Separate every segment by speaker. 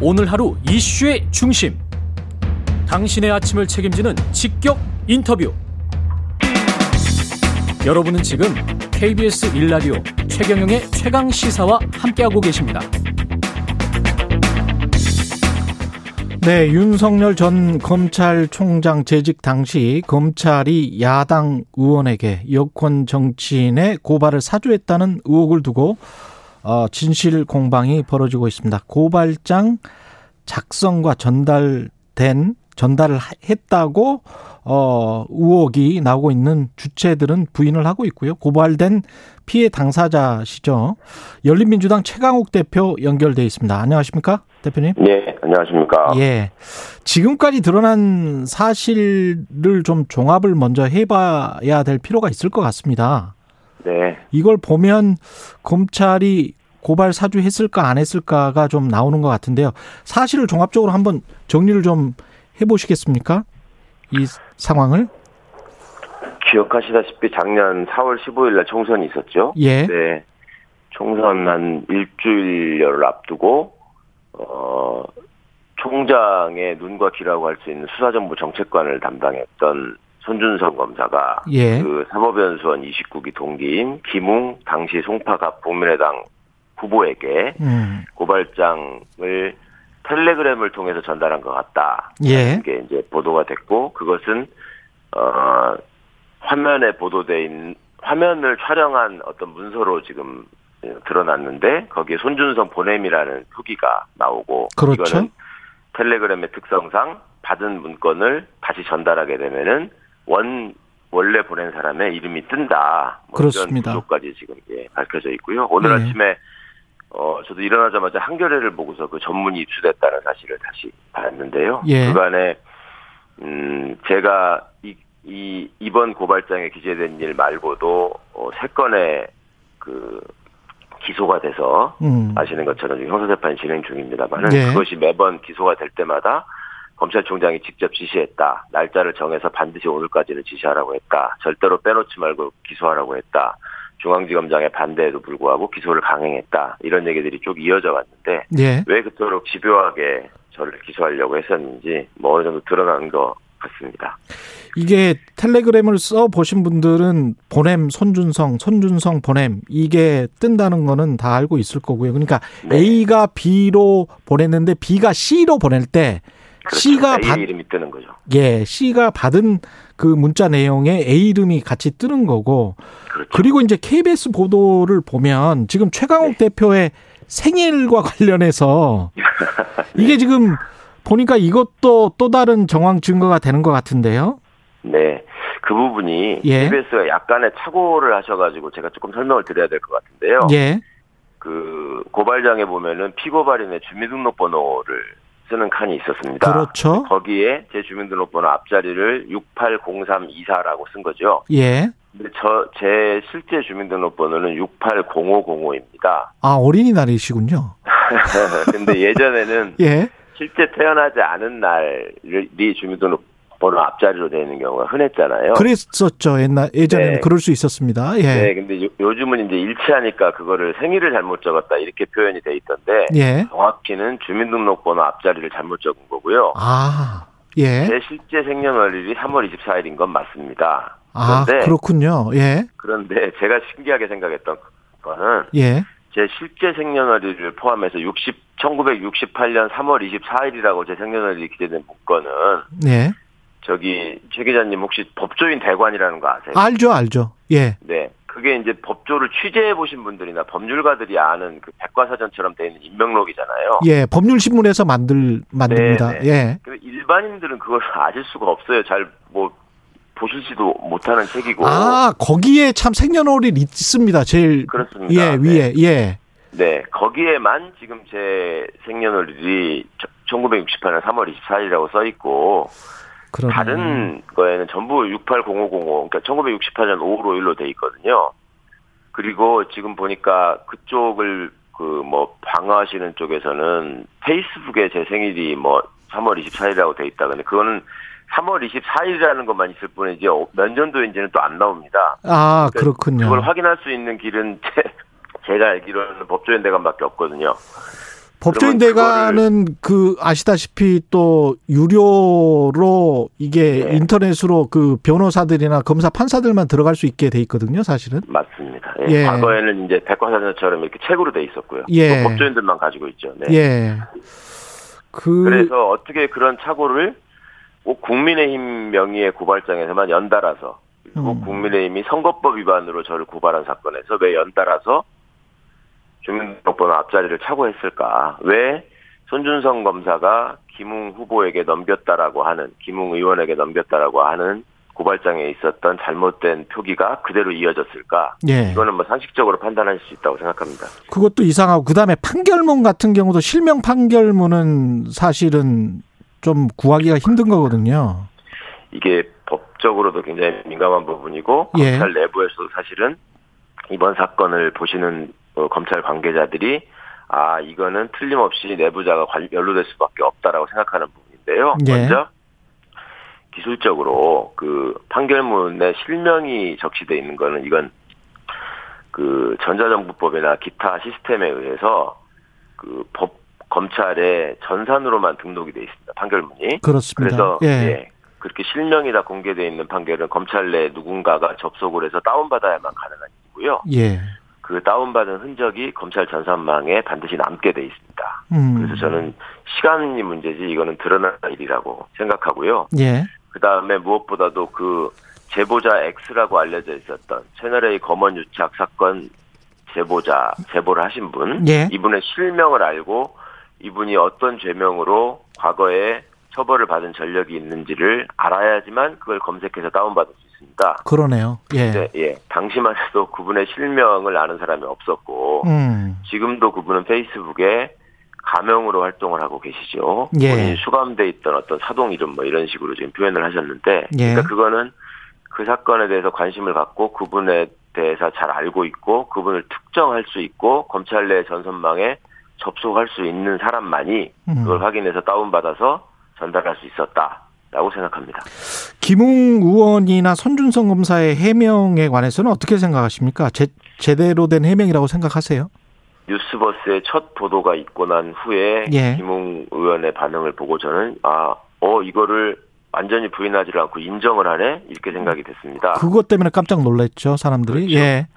Speaker 1: 오늘 하루 이슈의 중심. 당신의 아침을 책임지는 직격 인터뷰. 여러분은 지금 KBS 일라디오 최경영의 최강 시사와 함께하고 계십니다.
Speaker 2: 네, 윤석열 전 검찰총장 재직 당시 검찰이 야당 의원에게 여권 정치인의 고발을 사주했다는 의혹을 두고 어, 진실 공방이 벌어지고 있습니다. 고발장 작성과 전달된 전달을 하- 했다고 어, 의혹이 나오고 있는 주체들은 부인을 하고 있고요. 고발된 피해 당사자시죠. 열린민주당 최강욱 대표 연결돼 있습니다. 안녕하십니까, 대표님?
Speaker 3: 네, 안녕하십니까.
Speaker 2: 예. 지금까지 드러난 사실을 좀 종합을 먼저 해봐야 될 필요가 있을 것 같습니다.
Speaker 3: 네,
Speaker 2: 이걸 보면 검찰이 고발 사주했을까 안 했을까가 좀 나오는 것 같은데요. 사실을 종합적으로 한번 정리를 좀 해보시겠습니까? 이 상황을
Speaker 3: 기억하시다시피 작년 4월 15일 날 총선이 있었죠.
Speaker 2: 예,
Speaker 3: 네. 총선 한 일주일여를 앞두고 어 총장의 눈과 귀라고 할 수 있는 수사정보 정책관을 담당했던 손준성 검사가
Speaker 2: 예,
Speaker 3: 그 사법연수원 29기 동기인 김웅 당시 송파갑 국민의당 후보에게
Speaker 2: 음,
Speaker 3: 고발장을 텔레그램을 통해서 전달한 것 같다.
Speaker 2: 예,
Speaker 3: 이게 이제 보도가 됐고 그것은 어, 화면에 보도돼 있는 화면을 촬영한 어떤 문서로 지금 드러났는데 거기에 손준성 보냄이라는 표기가 나오고
Speaker 2: 그렇죠.
Speaker 3: 이거는 텔레그램의 특성상 받은 문건을 다시 전달하게 되면은 원 원래 보낸 사람의 이름이 뜬다. 뭐
Speaker 2: 그렇습니다.
Speaker 3: 이런 구조까지 지금 예, 밝혀져 있고요. 오늘
Speaker 2: 네.
Speaker 3: 아침에 어, 저도 일어나자마자 한겨레를 보고서 그 전문이 입수됐다는 사실을 다시 봤는데요.
Speaker 2: 예.
Speaker 3: 그간에 음, 제가 이, 이 이번 고발장에 기재된 일 말고도 어, 세 건의 그 기소가 돼서
Speaker 2: 음,
Speaker 3: 아시는 것처럼 지금 형사재판이 진행 중입니다만
Speaker 2: 예.
Speaker 3: 그것이 매번 기소가 될 때마다 검찰총장이 직접 지시했다. 날짜를 정해서 반드시 오늘까지는 지시하라고 했다. 절대로 빼놓지 말고 기소하라고 했다. 중앙지검장의 반대에도 불구하고 기소를 강행했다. 이런 얘기들이 쭉 이어져 왔는데
Speaker 2: 예.
Speaker 3: 왜 그토록 집요하게 저를 기소하려고 했었는지 뭐 어느 정도 드러난 것 같습니다.
Speaker 2: 이게 텔레그램을 써 보신 분들은 보냄 손준성 손준성 보냄 이게 뜬다는 거는 다 알고 있을 거고요. 그러니까
Speaker 3: 네.
Speaker 2: A가 B로 보냈는데 B가 C로 보낼 때
Speaker 3: 그렇죠.
Speaker 2: C가
Speaker 3: A의
Speaker 2: 받
Speaker 3: 이름이 뜨는 거죠.
Speaker 2: 예, C가 받은 그 문자 내용에 A 이름이 같이 뜨는 거고
Speaker 3: 그렇죠.
Speaker 2: 그리고 이제 KBS 보도를 보면 지금 최강욱
Speaker 3: 네.
Speaker 2: 대표의 생일과 관련해서 이게 지금 보니까 이것도 또 다른 정황 증거가 되는 것 같은데요.
Speaker 3: 네. 그 부분이
Speaker 2: 예.
Speaker 3: KBS가 약간의 착오를 하셔가지고 제가 조금 설명을 드려야 될 것 같은데요.
Speaker 2: 예.
Speaker 3: 그 고발장에 보면은 피고발인의 주민등록번호를 쓰는 칸이 있었습니다.
Speaker 2: 그렇죠.
Speaker 3: 거기에 제 주민등록번호 앞자리를 680324라고 쓴 거죠.
Speaker 2: 예.
Speaker 3: 근데 저, 제 실제 주민등록번호는 680505입니다.
Speaker 2: 아, 어린이날이시군요.
Speaker 3: 근데 예전에는
Speaker 2: 예.
Speaker 3: 실제 태어나지 않은 날이 주민등록번호 앞자리로 되어 있는 경우가 흔했잖아요.
Speaker 2: 그랬었죠. 옛날, 예전에는
Speaker 3: 어. 네.
Speaker 2: 그럴 수 있었습니다.
Speaker 3: 네,
Speaker 2: 예.
Speaker 3: 근데 요- 요즘은 이제 일치하니까 그거를 생일을 잘못 적었다 이렇게 표현이 돼 있던데
Speaker 2: 예.
Speaker 3: 정확히는 주민등록번호 앞자리를 잘못 적은 거고요.
Speaker 2: 아, 예.
Speaker 3: 제 실제 생년월일이 3월 24일인 건 맞습니다.
Speaker 2: 아,
Speaker 3: 그런데
Speaker 2: 그렇군요. 예.
Speaker 3: 그런데 제가 신기하게 생각했던 거는
Speaker 2: 예.
Speaker 3: 제 실제 생년월일을 포함해서 60 1968년 3월 24일이라고 제 생년월일이 기재된 문건은
Speaker 2: 예.
Speaker 3: 저기 최 기자님 혹시 법조인 대관이라는 거 아세요?
Speaker 2: 알죠, 알죠. 예.
Speaker 3: 네. 그게 이제 법조를 취재해 보신 분들이나 법률가들이 아는 그 백과사전처럼 돼 있는 인명록이잖아요.
Speaker 2: 예. 법률신문에서 만들, 만듭니다.
Speaker 3: 네,
Speaker 2: 예.
Speaker 3: 근데 일반인들은 그걸 아실 수가 없어요. 잘 뭐 보실지도 못하는 책이고.
Speaker 2: 아, 거기에 참 생년월일 있습니다. 제일.
Speaker 3: 뭐 그렇습니다.
Speaker 2: 예,
Speaker 3: 네.
Speaker 2: 위에, 예.
Speaker 3: 네, 거기에만 지금 제 생년월일이 1968년 3월 24일이라고 써 있고
Speaker 2: 그러네.
Speaker 3: 다른 거에는 전부 680505 그러니까 1968년 551로 돼 있거든요. 그리고 지금 보니까 그쪽을 그 뭐 방어하시는 쪽에서는 페이스북에 제 생일이 뭐 3월 24일이라고 돼 있다. 근데 그거는 3월 24일이라는 것만 있을 뿐이지 어, 몇 년도인지는 또 안 나옵니다.
Speaker 2: 아,
Speaker 3: 그러니까
Speaker 2: 그렇군요.
Speaker 3: 그걸 확인할 수 있는 길은 제, 제가 알기로는 법조인 대관밖에 없거든요.
Speaker 2: 법조인
Speaker 3: 그러면 그거를-
Speaker 2: 대가는 그 아시다시피 또 유료로 이게
Speaker 3: 네.
Speaker 2: 인터넷으로 그 변호사들이나 검사 판사들만 들어갈 수 있게 돼 있거든요, 사실은.
Speaker 3: 맞습니다. 예,
Speaker 2: 예.
Speaker 3: 과거에는 이제 백과사전처럼 이렇게 책으로 돼 있었고요.
Speaker 2: 예.
Speaker 3: 또 법조인들만 가지고 있죠. 네.
Speaker 2: 예. 그
Speaker 3: 그래서 어떻게 그런 착오를 꼭 국민의힘 명의의 고발장에서만 연달아서 그리고
Speaker 2: 음.
Speaker 3: 국민의힘이 선거법 위반으로 저를 고발한 사건에서 왜 연달아서 주민등록번호 앞자리를 착오했을까? 왜 손준성 검사가 김웅 후보에게 넘겼다라고 하는 김웅 의원에게 넘겼다라고 하는 고발장에 있었던 잘못된 표기가 그대로 이어졌을까?
Speaker 2: 예.
Speaker 3: 이거는 뭐 상식적으로 판단할 수 있다고 생각합니다.
Speaker 2: 그것도 이상하고 그다음에 판결문 같은 경우도 실명 판결문은 사실은 좀 구하기가 힘든 거거든요.
Speaker 3: 이게 법적으로도 굉장히 민감한 부분이고
Speaker 2: 예.
Speaker 3: 검찰 내부에서도 사실은 이번 사건을 보시는 어, 검찰 관계자들이 아 이거는 틀림없이 내부자가 관- 연루될 수밖에 없다라고 생각하는 부분인데요.
Speaker 2: 예.
Speaker 3: 먼저 기술적으로 그 판결문에 실명이 적시돼 있는 거는 이건 그 전자정보법이나 기타 시스템에 의해서 그 법 검찰의 전산으로만 등록이 돼 있습니다. 판결문이.
Speaker 2: 그렇습니다.
Speaker 3: 그래서
Speaker 2: 예.
Speaker 3: 예. 그렇게 실명이 다 공개돼 있는 판결은 검찰 내 누군가가 접속을 해서 다운받아야만 가능한 일이고요.
Speaker 2: 예.
Speaker 3: 그 다운받은 흔적이 검찰 전산망에 반드시 남게 돼 있습니다.
Speaker 2: 음.
Speaker 3: 그래서 저는 시간이 문제지 이거는 드러날 일이라고 생각하고요.
Speaker 2: 예.
Speaker 3: 그 다음에 무엇보다도 그 제보자 X라고 알려져 있었던 채널A 검언 유착 사건 제보자 제보를 하신 분
Speaker 2: 예.
Speaker 3: 이분의 실명을 알고 이분이 어떤 죄명으로 과거에 처벌을 받은 전력이 있는지를 알아야지만 그걸 검색해서 다운받을 수 있습니다.
Speaker 2: 그러네요. 예.
Speaker 3: 네, 예. 당시만 해도 그분의 실명을 아는 사람이 없었고
Speaker 2: 음.
Speaker 3: 지금도 그분은 페이스북에 가명으로 활동을 하고 계시죠.
Speaker 2: 예.
Speaker 3: 본인이 수감돼 있던 어떤 사동 이름 뭐 이런 식으로 지금 표현을 하셨는데,
Speaker 2: 예.
Speaker 3: 그러니까 그거는 그 사건에 대해서 관심을 갖고 그분에 대해서 잘 알고 있고 그분을 특정할 수 있고 검찰 내 전선망에 접속할 수 있는 사람만이
Speaker 2: 음.
Speaker 3: 그걸 확인해서 다운받아서 전달할 수 있었다라고 생각합니다.
Speaker 2: 김웅 의원이나 손준성 검사의 해명에 관해서는 어떻게 생각하십니까? 제, 제대로 된 해명이라고 생각하세요?
Speaker 3: 뉴스버스의 첫 보도가 있고 난 후에
Speaker 2: 예.
Speaker 3: 김웅 의원의 반응을 보고 저는 아, 어 이거를 완전히 부인하지 않고 인정을 하네 이렇게 생각이 됐습니다.
Speaker 2: 그것 때문에 깜짝 놀랐죠, 사람들이.
Speaker 3: 그렇죠.
Speaker 2: 예.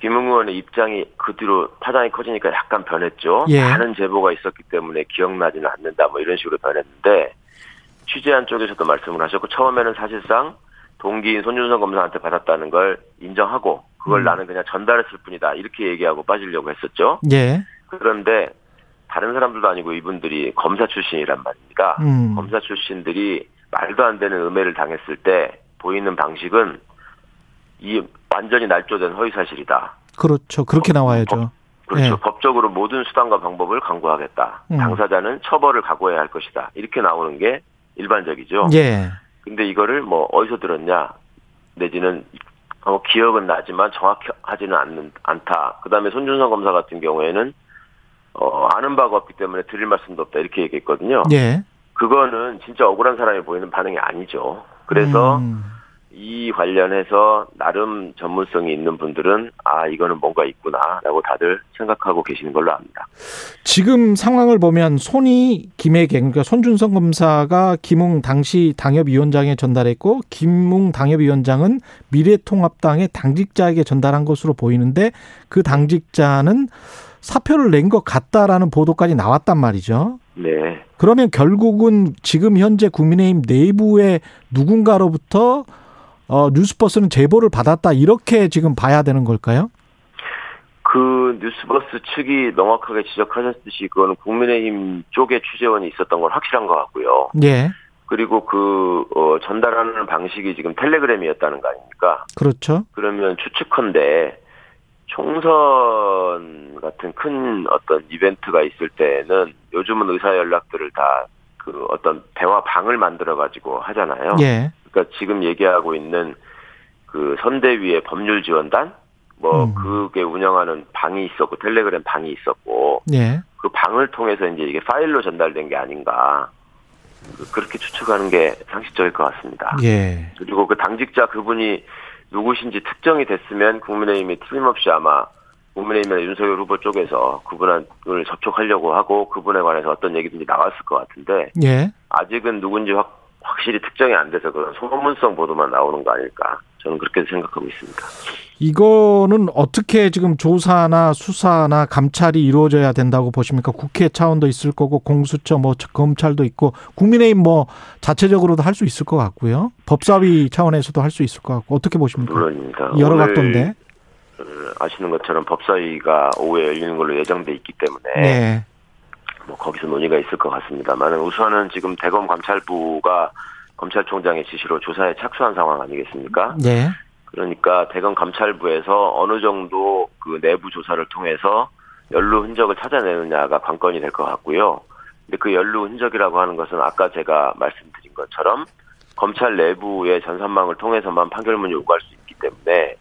Speaker 3: 김웅 의원의 입장이 그 뒤로 파장이 커지니까 약간 변했죠.
Speaker 2: 예.
Speaker 3: 많은 제보가 있었기 때문에 기억나지는 않는다 뭐 이런 식으로 변했는데 취재한 쪽에서도 말씀을 하셨고 처음에는 사실상 동기인 손준성 검사한테 받았다는 걸 인정하고 그걸
Speaker 2: 음.
Speaker 3: 나는 그냥 전달했을 뿐이다 이렇게 얘기하고 빠지려고 했었죠.
Speaker 2: 예.
Speaker 3: 그런데 다른 사람들도 아니고 이분들이 검사 출신이란 말입니다.
Speaker 2: 음.
Speaker 3: 검사 출신들이 말도 안 되는 음해를 당했을 때 보이는 방식은 이 완전히 날조된 허위 사실이다.
Speaker 2: 그렇죠. 그렇게 나와야죠.
Speaker 3: 그렇죠.
Speaker 2: 예.
Speaker 3: 법적으로 모든 수단과 방법을 강구하겠다.
Speaker 2: 음.
Speaker 3: 당사자는 처벌을 각오해야 할 것이다. 이렇게 나오는 게 일반적이죠.
Speaker 2: 예.
Speaker 3: 근데 이거를 뭐 어디서 들었냐 내지는 어, 기억은 나지만 정확하지는 않는 않다. 그다음에 손준성 검사 같은 경우에는 어, 아는 바가 없기 때문에 드릴 말씀도 없다 이렇게 얘기했거든요.
Speaker 2: 예.
Speaker 3: 그거는 진짜 억울한 사람이 보이는 반응이 아니죠. 그래서
Speaker 2: 음.
Speaker 3: 이 관련해서 나름 전문성이 있는 분들은 아 이거는 뭔가 있구나라고 다들 생각하고 계시는 걸로 압니다.
Speaker 2: 지금 상황을 보면 손이 김혜경 그러니까 손준성 검사가 김웅 당시 당협위원장에 전달했고 김웅 당협위원장은 미래통합당의 당직자에게 전달한 것으로 보이는데 그 당직자는 사표를 낸 것 같다라는 보도까지 나왔단 말이죠.
Speaker 3: 네,
Speaker 2: 그러면 결국은 지금 현재 국민의힘 내부의 누군가로부터 어, 뉴스버스는 제보를 받았다 이렇게 지금 봐야 되는 걸까요?
Speaker 3: 그 뉴스버스 측이 명확하게 지적하셨듯이 그거는 국민의힘 쪽에 취재원이 있었던 건 확실한 것 같고요.
Speaker 2: 예,
Speaker 3: 그리고 그 어, 전달하는 방식이 지금 텔레그램이었다는 거 아닙니까?
Speaker 2: 그렇죠.
Speaker 3: 그러면 추측컨대 총선 같은 큰 어떤 이벤트가 있을 때는 요즘은 의사 연락들을 다 그 어떤 대화 방을 만들어 가지고 하잖아요.
Speaker 2: 예,
Speaker 3: 그러니까 지금 얘기하고 있는 그 선대위의 법률 지원단 뭐
Speaker 2: 음.
Speaker 3: 그게 운영하는 방이 있었고 텔레그램 방이 있었고
Speaker 2: 예.
Speaker 3: 그 방을 통해서 이제 이게 파일로 전달된 게 아닌가 그- 그렇게 추측하는 게 상식적일 것 같습니다.
Speaker 2: 예.
Speaker 3: 그리고 그 당직자 그분이 누구신지 특정이 됐으면 국민의힘이 틀림없이 아마 국민의힘이나 윤석열 후보 쪽에서 그분을 접촉하려고 하고 그분에 관해서 어떤 얘기든지 나왔을 것 같은데
Speaker 2: 예.
Speaker 3: 아직은 누군지 확, 확실히 특정이 안 돼서 그런 소문성 보도만 나오는 거 아닐까 저는 그렇게 생각하고 있습니다.
Speaker 2: 이거는 어떻게 지금 조사나 수사나 감찰이 이루어져야 된다고 보십니까? 국회 차원도 있을 거고 공수처 뭐 검찰도 있고 국민의힘 뭐 자체적으로도 할 수 있을 것 같고요. 법사위 차원에서도 할 수 있을 것 같고 어떻게 보십니까?
Speaker 3: 물론입니다.
Speaker 2: 여러
Speaker 3: 그렇죠. 오늘 그,
Speaker 2: 각도인데.
Speaker 3: 아시는 것처럼 법사위가 오후에 열리는 걸로 예정돼 있기 때문에
Speaker 2: 네.
Speaker 3: 뭐 거기서 논의가 있을 것 같습니다만 우선은 지금 대검 감찰부가 검찰총장의 지시로 조사에 착수한 상황 아니겠습니까?
Speaker 2: 네.
Speaker 3: 그러니까 대검 감찰부에서 어느 정도 그 내부 조사를 통해서 연루 흔적을 찾아내느냐가 관건이 될 것 같고요. 근데 그 연루 흔적이라고 하는 것은 아까 제가 말씀드린 것처럼 검찰 내부의 전산망을 통해서만 판결문이 요구할 수 있기 때문에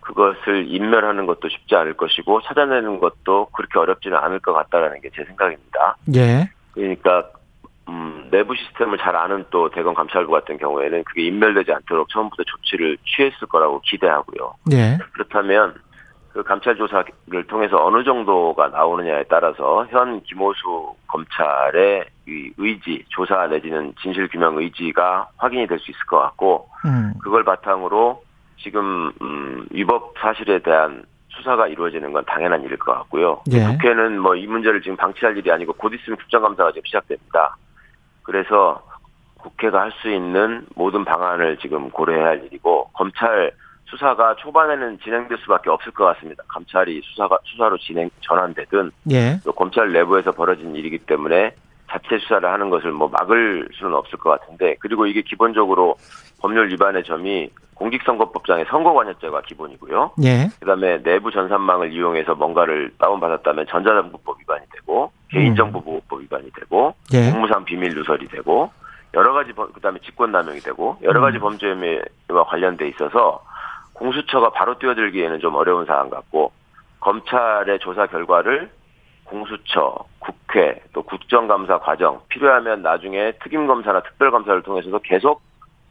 Speaker 3: 그것을 인멸하는 것도 쉽지 않을 것이고 찾아내는 것도 그렇게 어렵지는 않을 것 같다라는 게 제 생각입니다.
Speaker 2: 예.
Speaker 3: 그러니까 음, 내부 시스템을 잘 아는 또 대검 감찰부 같은 경우에는 그게 인멸되지 않도록 처음부터 조치를 취했을 거라고 기대하고요.
Speaker 2: 예.
Speaker 3: 그렇다면 그 감찰 조사를 통해서 어느 정도가 나오느냐에 따라서 현 김호수 검찰의 이 의지, 조사 내지는 진실 규명 의지가 확인이 될 수 있을 것 같고
Speaker 2: 음.
Speaker 3: 그걸 바탕으로 지금 음, 위법 사실에 대한 수사가 이루어지는 건 당연한 일일 것 같고요.
Speaker 2: 예.
Speaker 3: 국회는 뭐 이 문제를 지금 방치할 일이 아니고 곧 있으면 국정감사가 지금 시작됩니다. 그래서 국회가 할 수 있는 모든 방안을 지금 고려해야 할 일이고 검찰 수사가 초반에는 진행될 수밖에 없을 것 같습니다. 감찰이 수사가 수사로 진행 전환되든
Speaker 2: 예.
Speaker 3: 또 검찰 내부에서 벌어진 일이기 때문에 자체 수사를 하는 것을 뭐 막을 수는 없을 것 같은데 그리고 이게 기본적으로 법률 위반의 점이 공직선거법상의 선거관여죄가 기본이고요.
Speaker 2: 예.
Speaker 3: 그다음에 내부 전산망을 이용해서 뭔가를 다운받았다면 전자정보법 위반이 되고 개인정보보호법 위반이 되고
Speaker 2: 예.
Speaker 3: 공무상 비밀 누설이 되고 여러 가지 범- 그다음에 직권남용이 되고 여러 가지 범죄와 관련돼 있어서 공수처가 바로 뛰어들기에는 좀 어려운 사안 같고 검찰의 조사 결과를 공수처, 국회, 또 국정감사 과정 필요하면 나중에 특임검사나 특별검사를 통해서도 계속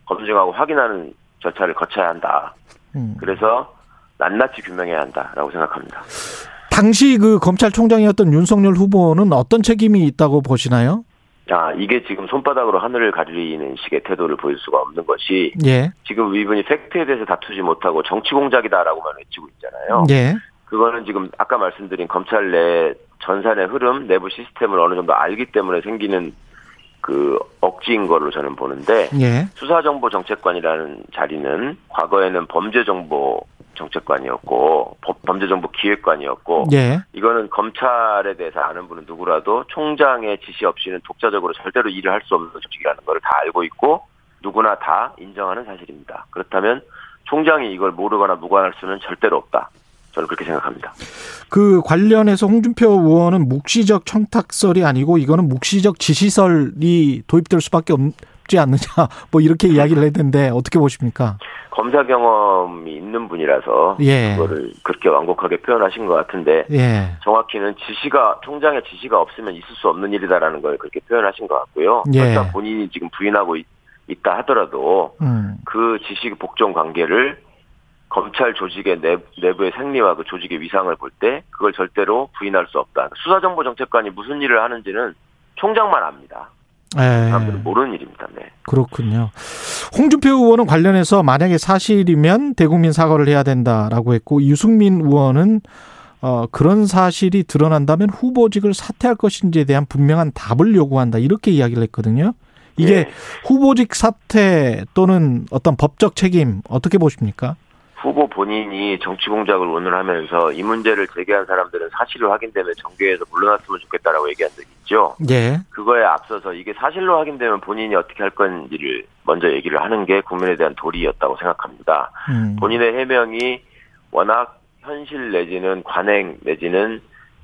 Speaker 3: 검증하고 확인하는 절차를 거쳐야 한다.
Speaker 2: 음.
Speaker 3: 그래서 낱낱이 규명해야 한다라고 생각합니다.
Speaker 2: 당시 그 검찰총장이었던 윤석열 후보는 어떤 책임이 있다고 보시나요?
Speaker 3: 아 이게 지금 손바닥으로 하늘을 가리는 식의 태도를 보일 수가 없는 것이
Speaker 2: 예.
Speaker 3: 지금 이분이 팩트에 대해서 다투지 못하고 정치 공작이다라고만 외치고 있잖아요.
Speaker 2: 예.
Speaker 3: 그거는 지금 아까 말씀드린 검찰 내 전산의 흐름, 내부 시스템을 어느 정도 알기 때문에 생기는 그 억지인 걸로 저는 보는데
Speaker 2: 예.
Speaker 3: 수사정보정책관이라는 자리는 과거에는 범죄정보정책관이었고 범- 범죄정보기획관이었고
Speaker 2: 예.
Speaker 3: 이거는 검찰에 대해서 아는 분은 누구라도 총장의 지시 없이는 독자적으로 절대로 일을 할 수 없는 조직이라는 걸 다 알고 있고 누구나 다 인정하는 사실입니다. 그렇다면 총장이 이걸 모르거나 무관할 수는 절대로 없다. 저는 그렇게 생각합니다.
Speaker 2: 그 관련해서 홍준표 의원은 묵시적 청탁설이 아니고 이거는 묵시적 지시설이 도입될 수밖에 없지 않느냐 뭐 이렇게 이야기를 했는데 어떻게 보십니까?
Speaker 3: 검사 경험이 있는 분이라서
Speaker 2: 예.
Speaker 3: 그거를 그렇게 완곡하게 표현하신 것 같은데
Speaker 2: 예.
Speaker 3: 정확히는 지시가 총장의 지시가 없으면 있을 수 없는 일이다라는 걸 그렇게 표현하신 것 같고요.
Speaker 2: 예.
Speaker 3: 설사 본인이 지금 부인하고 있- 있다 하더라도
Speaker 2: 음.
Speaker 3: 그 지식 복종 관계를 검찰 조직의 내, 내부의 생리와 그 조직의 위상을 볼 때 그걸 절대로 부인할 수 없다. 수사정보정책관이 무슨 일을 하는지는 총장만 압니다.
Speaker 2: 예.
Speaker 3: 사람들은 모르는 일입니다. 네.
Speaker 2: 그렇군요. 홍준표 의원은 관련해서 만약에 사실이면 대국민 사과를 해야 된다라고 했고 유승민 의원은 어, 그런 사실이 드러난다면 후보직을 사퇴할 것인지에 대한 분명한 답을 요구한다 이렇게 이야기를 했거든요. 이게
Speaker 3: 예.
Speaker 2: 후보직 사퇴 또는 어떤 법적 책임 어떻게 보십니까?
Speaker 3: 후보 본인이 정치 공작을 오늘 하면서 이 문제를 제기한 사람들은 사실로 확인되면 정계에서 물러났으면 좋겠다라고 얘기한 적 있죠.
Speaker 2: 예,
Speaker 3: 그거에 앞서서 이게 사실로 확인되면 본인이 어떻게 할 건지를 먼저 얘기를 하는 게 국민에 대한 도리였다고 생각합니다.
Speaker 2: 음,
Speaker 3: 본인의 해명이 워낙 현실 내지는 관행 내지는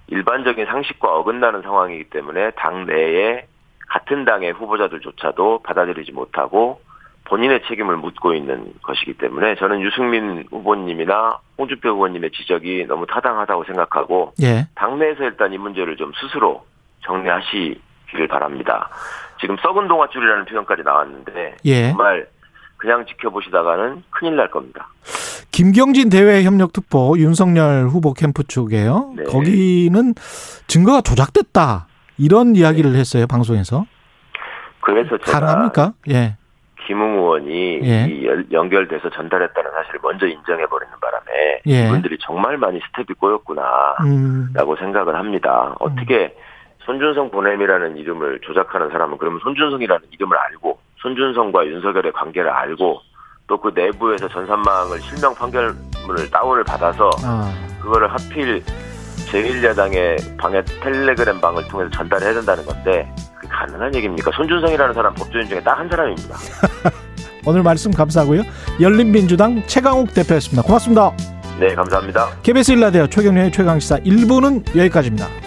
Speaker 3: 일반적인 상식과 어긋나는 상황이기 때문에 당 내에 같은 당의 후보자들조차도 받아들이지 못하고 본인의 책임을 묻고 있는 것이기 때문에 저는 유승민 후보님이나 홍준표 후보님의 지적이 너무 타당하다고 생각하고
Speaker 2: 예,
Speaker 3: 당내에서 일단 이 문제를 좀 스스로 정리하시기를 바랍니다. 지금 썩은 동아줄이라는 표현까지 나왔는데
Speaker 2: 예.
Speaker 3: 정말 그냥 지켜보시다가는 큰일 날 겁니다.
Speaker 2: 김경진 대외 협력 특보 윤석열 후보 캠프 쪽에요.
Speaker 3: 네.
Speaker 2: 거기는 증거가 조작됐다 이런 이야기를 했어요 방송에서.
Speaker 3: 그래서 네. 제가
Speaker 2: 가능합니까? 예.
Speaker 3: 김웅 의원이
Speaker 2: 예.
Speaker 3: 이 연- 연결돼서 전달했다는 사실을 먼저 인정해버리는 바람에
Speaker 2: 예.
Speaker 3: 이분들이 정말 많이 스텝이 꼬였구나
Speaker 2: 음.
Speaker 3: 라고 생각을 합니다. 어떻게 손준성 보냄이라는 이름을 조작하는 사람은 그러면 손준성이라는 이름을 알고 손준성과 윤석열의 관계를 알고 또 그 내부에서 전산망을 실명 판결문을 다운을 받아서
Speaker 2: 아.
Speaker 3: 그거를 하필 제1야당의 방에 텔레그램 방을 통해서 전달해야 된다는 건데 그게 가능한 얘기입니까? 손준성이라는 사람 법조인 중에 딱 한 사람입니다.
Speaker 2: 오늘 말씀 감사하고요. 열린민주당 최강욱 대표였습니다. 고맙습니다.
Speaker 3: 네, 감사합니다.
Speaker 2: KBS 일라디오 최경련의 최강시사 1부는 여기까지입니다.